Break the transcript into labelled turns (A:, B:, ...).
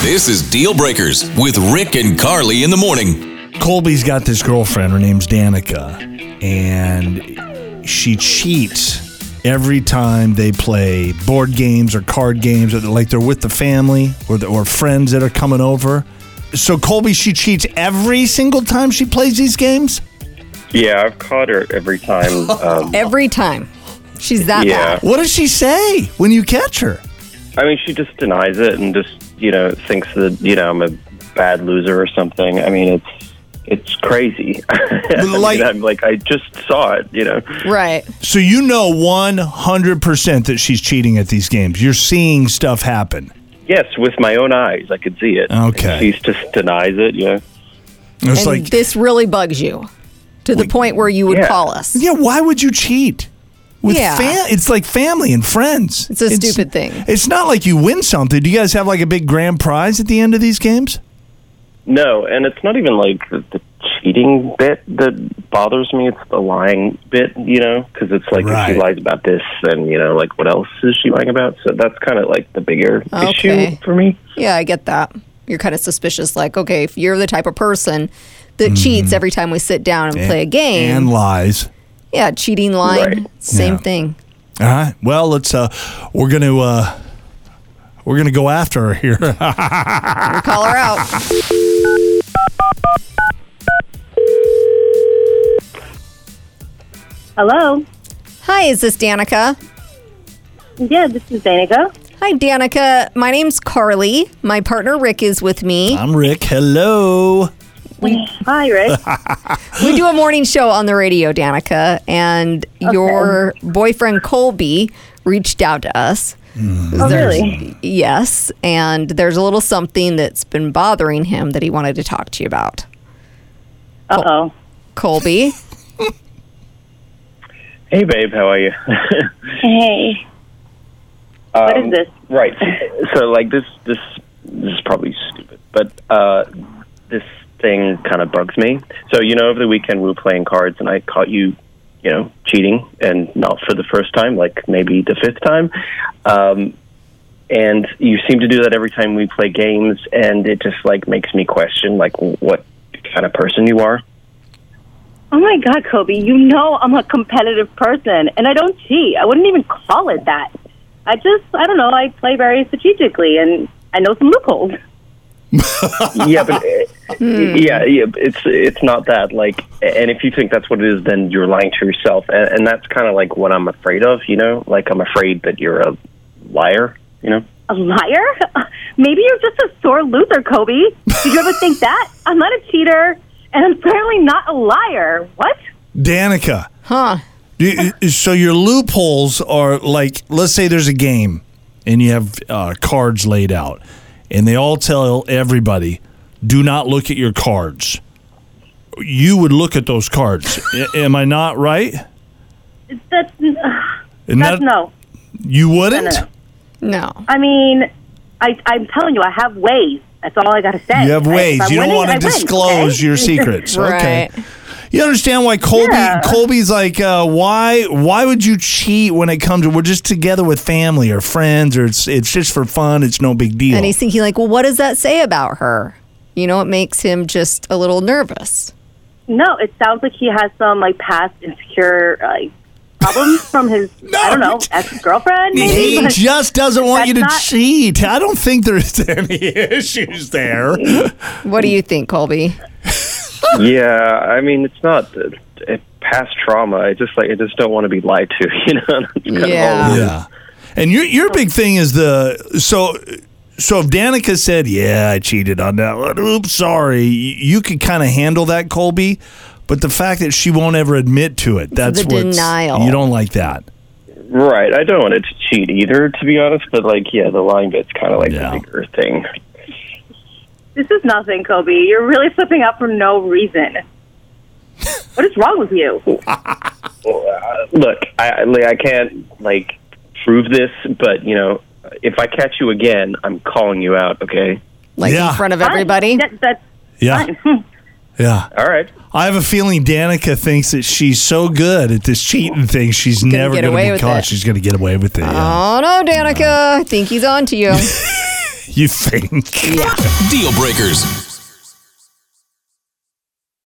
A: This is Deal Breakers with Rick and Carly in the morning.
B: Colby's got this girlfriend. Her name's Danica, and she cheats every time they play board games or card games, or like they're with the family or the, or friends that are coming over. So Colby, she cheats every single time she plays these games.
C: Yeah, I've caught her every time. Um,
D: Every time. She's that
C: yeah,
D: bad.
B: What does she say when you catch her?
C: I mean, she just denies it and just you know thinks that you know I'm a bad loser or something. I mean, it's it's crazy. I mean,
B: like-
C: I'm like I just saw it. You know,
D: Right.
B: So you know 100% that she's cheating at these games. You're seeing stuff happen.
C: yes, with my own eyes, I could see it.
B: Okay.
C: she just denies it. Yeah.
B: It's
D: And
B: like,
D: this really bugs you to the point where you would
C: yeah.
D: call us.
B: yeah, why would you cheat? With
D: Yeah.
B: fam- it's like family and friends.
D: It's a stupid thing.
B: It's not like you win something. Do you guys have like a big grand prize at the end of these games?
C: No, and it's not even like the, the cheating bit that bothers me. It's the lying bit, you know, because it's like if
B: Right.
C: she lies about this, then you know, like what else is she lying about? So that's kind of like the bigger
D: Okay.
C: issue for me.
D: Yeah, I get that. You're kind of suspicious. Like, okay, if you're the type of person that cheats every time we sit down and, play a game,
B: Mm-hmm. And lies.
D: yeah, cheating, lying,
C: Right.
D: same
B: Yeah.
D: thing.
B: All right. Well, let's uh we're going to uh we're going to go after her here.
D: Call her out.
E: Hello.
D: Hi, is this Danica?
E: Yeah, this is Danica.
D: Hi, Danica. My name's Carly. My partner Rick is with me.
B: I'm Rick. Hello.
E: Hi, Rick.
D: We do a morning show on the radio, Danica, and your boyfriend Colby reached out to us.
E: oh, really?
D: Yes, and there's a little something that's been bothering him that he wanted to talk to you about.
E: Uh oh.
D: Colby,
C: Hey, babe, how are you?
E: Hey.
C: what
E: is this?
C: Right. So, like this, this, this is probably stupid, but uh, this thing kind of bugs me. So, you know, over the weekend we were playing cards, and I caught you, you know, cheating, and not for the first time, like maybe the fifth time. Um, and you seem to do that every time we play games, and it just like makes me question, like, what kind of person you are.
E: Oh my God, Kobe. You know I'm a competitive person, and I don't cheat. I wouldn't even call it that. I just, I don't know. I play very strategically, and I know some loopholes.
C: yeah, but uh, yeah, yeah, but it's it's not that. Like, and if you think that's what it is, then you're lying to yourself, and, and that's kind of like what I'm afraid of. You know, like I'm afraid that you're a liar. You know,
E: A liar? Maybe you're just a sore loser, Kobe. Did you ever think that? I'm not a cheater, and I'm certainly not a liar. What?
B: Danica.
D: huh?
B: Do you- So your loopholes are like, let's say there's a game and you have uh, cards laid out, and they all tell everybody, do not look at your cards. You would look at those cards. A- am I not right?
E: That's,
B: And that-
E: that's no.
B: You wouldn't.
E: No, no.
D: No.
E: I mean, I, I'm telling you, I have ways. That's all I got to say.
B: You have
E: I- if
B: ways.
E: I'm
B: You don't
E: winning,
B: want
E: I
B: to
E: win,
B: disclose
E: okay?
B: your secrets. Oh, Okay.
D: Right.
B: You understand why Colby?
E: Yeah.
B: Colby's like, uh, why? Why would you cheat when it comes to we're just together with family or friends or it's it's just for fun. It's no big deal.
D: And he's thinking like, well, what does that say about her? You know, it makes him just a little nervous.
E: No, it sounds like he has some like past insecure like problems from his I don't know ex girlfriend. Maybe.
B: He
E: but-
B: just doesn't want you to
E: That's not-
B: cheat. I don't think there's any issues there.
D: What do you think, Colby?
C: yeah, I mean, it's not uh, uh, past trauma. I just like I just don't want to be lied to. You know, That's kind of all it
D: Yeah.
C: is.
B: Yeah. And your your big thing is the so so if Danica said, "Yeah, I cheated on that one. Oops, sorry." y- You could kind of handle that, Colby, but the fact that she won't ever admit to it, that's
D: the
B: what's-
D: denial.
B: You don't like that.
C: right. I don't want it to cheat either, to be honest. But like, yeah, the lying bit's kind of like
B: Yeah.
C: the bigger thing.
E: This is nothing, Kobe. You're really slipping up for no reason. what is wrong with you?
C: look, I I- like, I can't like prove this, but you know, if I catch you again, I'm calling you out. Okay.
D: Like
B: Yeah.
D: in front of everybody?
E: That, that's
B: Yeah. Yeah.
C: All right.
B: I have a feeling Danica thinks that she's so good at this cheating thing, she's never
D: get
B: going
D: away
B: to be
D: with
B: caught.
D: it. Uh-huh.
B: She's going to get away with it. yeah.
D: Oh no, Danica! I think he's on to you.
B: you think.
A: Deal breakers.